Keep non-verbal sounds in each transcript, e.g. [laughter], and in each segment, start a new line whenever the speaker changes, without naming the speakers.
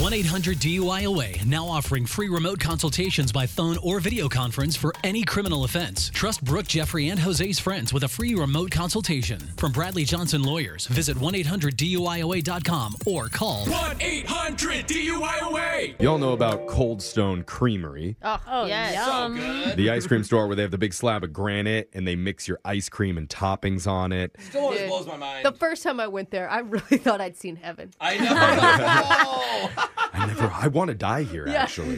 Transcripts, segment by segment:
1 800 DUIOA now offering free remote consultations by phone or video conference for any criminal offense. Trust Brooke, Jeffrey, and Jose's friends with a free remote consultation. From Bradley Johnson Lawyers, visit 1 800 DUIOA.com or call
1 800 DUIOA.
Y'all know about Cold Stone Creamery,
Uh,
Oh, yes.
the ice cream store where they have the big slab of granite and they mix your ice cream and toppings on it.
It always blows my mind.
The first time I went there, I really [laughs] thought I'd seen heaven.
I [laughs] know.
I never, I want to die here actually.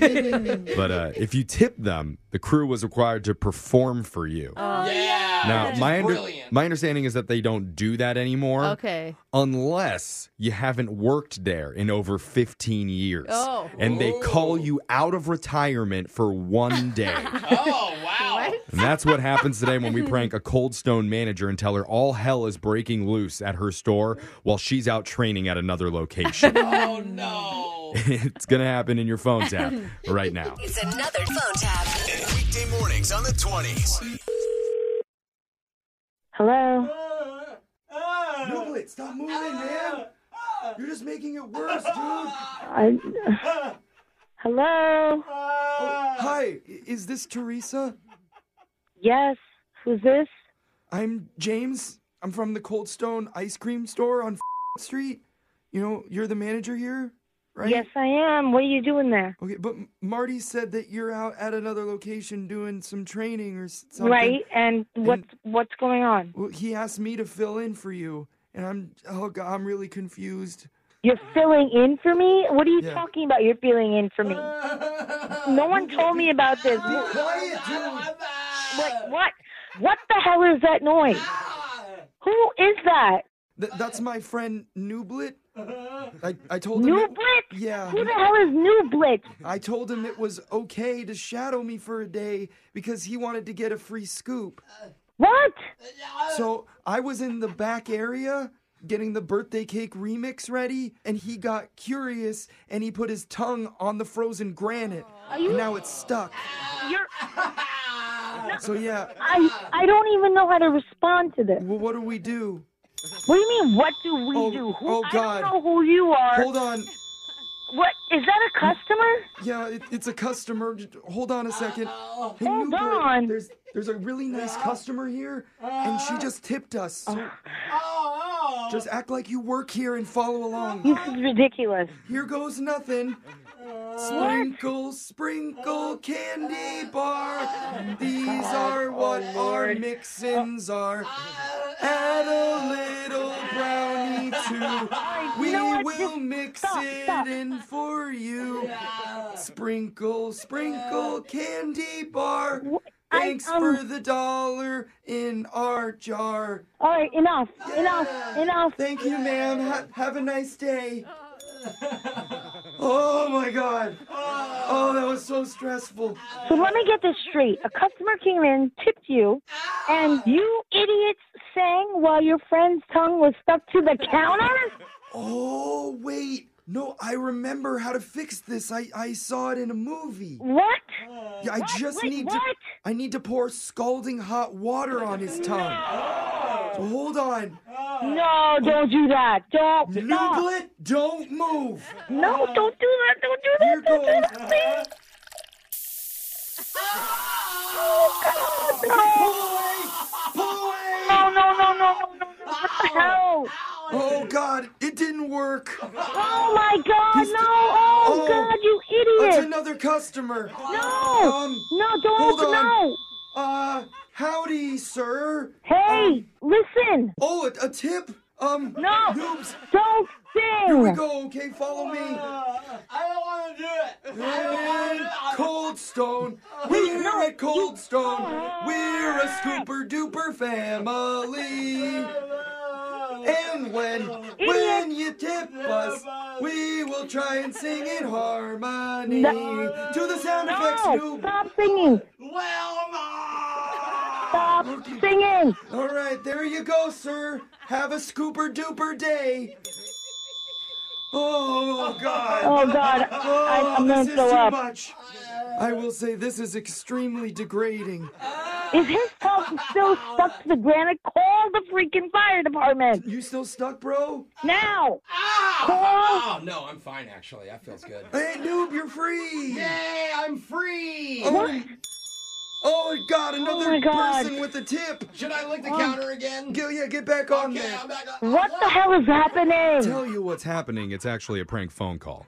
but uh, if you tip them, the crew was required to perform for you.
yeah.
now,
Which Oh, is
my under-
brilliant.
my understanding is that they don't do that anymore.
Okay.
unless you haven't worked there in over 15 years.
Oh.
And they call you out of retirement
[laughs]
for one day.
oh, wow.
What?
and that's what happens today when we prank a Cold Stone manager and tell her all hell is breaking loose at her store while she's out training at another location.
[laughs] Oh, no.
[laughs] it's going to happen in your phone tap
[laughs]
right now.
It's another phone tap.
Weekday mornings on the 20s.
Hello.
Noblet, stop moving, man.
Ah.
You're just making it worse, dude.
I, hello.
Hi, is this Teresa?
Yes. Who's this?
I'm James. I'm from the Cold Stone ice cream store on [laughs] Street. You know, you're the manager here, right?
Yes, I am. What are you doing there?
Okay, but M- Marty said that you're out at another location doing some training or s- something.
Right. And what's what's going on?
Well, he asked me to fill in for you, and I'm oh god, I'm really confused.
You're filling in for me? What are you
Uh, Yeah.
talking about? You're filling in
[laughs]
for me? No one told me about this.
Quiet, dude.
What? What? What the hell is that noise? Who is that?
Th- that's my friend Nublet. I I told him.
New
it-
Blitz?
yeah.
Who the hell is New Blitz?
I told him it was okay to shadow me for a day because he wanted to get a free scoop.
What?
So I was in the back area getting the birthday cake remix ready, and he got curious and he put his tongue on the frozen granite. And now it's stuck.
You're.
So yeah,
I. I don't even know how to respond to this.
well, what do we do?
What do you mean? What do we
Oh,
do? Who,
oh, God.
I don't know who you are.
Hold on.
What is that? A customer?
Yeah, it, it's a customer. J- Hold on a second. Hey,
Hold
Nublet,
on.
There's there's a really nice customer here, and she just tipped us. So
Oh,
just act like you work here and follow along.
This is ridiculous.
Here goes nothing. Sprinkle, sprinkle, candy bar. These are what
Oh,
our mixins are. Add a little brownie too. We
know what?
will mix
stop,
it
stop.
in for you. Sprinkle, sprinkle, candy bar.
I-
Thanks
um,
for the dollar in our jar.
All right, enough, enough, enough.
Thank you, ma'am. Ha- have a nice
[laughs]
day. Oh my god. Oh, that was so stressful.
So let me get this straight. A customer came in, tipped you, and you idiots sang while your friend's tongue was stuck to the counter.
Oh, wait. No, I remember how to fix this. I, I saw it in a movie.
What?
Yeah, I just
Wait,
need to
what?
I need to pour scalding hot water on his tongue. So hold on.
No, don't do that. Don't. Stop.
Nublet, don't move.
No, don't do that. Don't do
Here
that. Don't do
goes.
that, please. [laughs] Oh,
Boy!
No, no, no, no, no, no. no. What the hell?
Oh god, it didn't work.
Oh my God!
He's-
No! Oh,
Oh.
God! You
It's
idiot!
another customer.
No!
Um,
no! Don't!
hold on.
No!
Uh, howdy, sir.
Hey!
Um,
listen!
Oh, a, a tip. Um,
No.
Noobs,
Don't sing!
here we go. Okay, follow me.
I don't want to do it.
And Cold Stone, we're at Cold Stone. We're a scooper duper family. And when when you tip us, we will try and sing in harmony
No.
to the sound effects.
No!
Noob.
Stop singing!
Wilma!
Stop singing!
All right, there you go, sir. Have a scooper duper
[laughs]
day. Oh God. [laughs]
Oh God!
Oh,
I, I'm gonna
this is
throw
too
up.
much. I will say this is extremely degrading.
If his tongue is still stuck to the granite, call the freaking fire department
You still stuck, bro?
now.
Oh, no, I'm fine actually. That feels good.
Hey, noob, you're free!
Yay, I'm free.
Oh, my- oh my god, another
my God.
person with a tip!
Should I lick the counter again?
Go, yeah, get back on
Okay,
that.
I'm back on.
What the hell is happening?
Tell you what's happening. It's actually a prank phone call.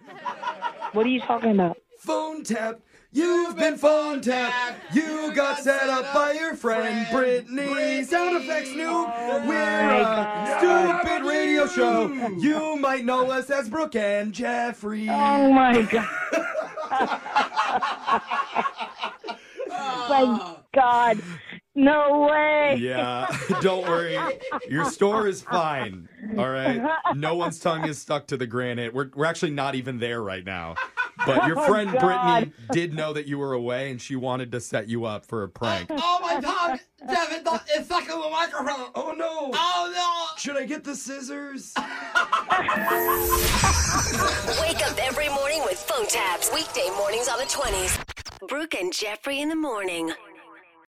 What are you talking about?
Phone tap. You've been phone tapped. You got set up by your friend Brittany. Sound effects, noob.
Oh
We're a stupid radio show. You might know us as Brooke and Jeffrey.
Oh my god.
[laughs]
[laughs] my god. No way.
Yeah, [laughs] don't worry. Your store is fine. All right. No one's tongue is stuck to the granite. We're, we're actually not even there right now. But your friend Brittany did know that you were away and she wanted to set you up for a prank.
Oh my tongue, Devin, th- it's stuck in the microphone.
Oh no.
Oh no.
Should I get the scissors?
Wake up every morning with phone tabs. Weekday mornings on the 20s. Brooke and Jeffrey in the morning.